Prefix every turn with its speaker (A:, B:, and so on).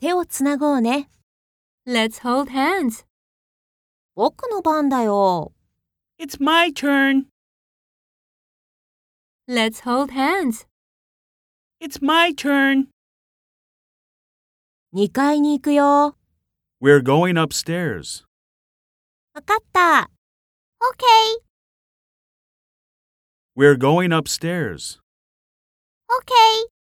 A: 手をつなごうね。
B: Let's hold hands.
A: 僕の番だよ。
C: It's my turn.
B: Let's hold hands.
C: It's my turn.
A: 2階に行くよ。わ
D: We're going upstairs.
A: かった。OK,
D: We're going upstairs.
A: OK.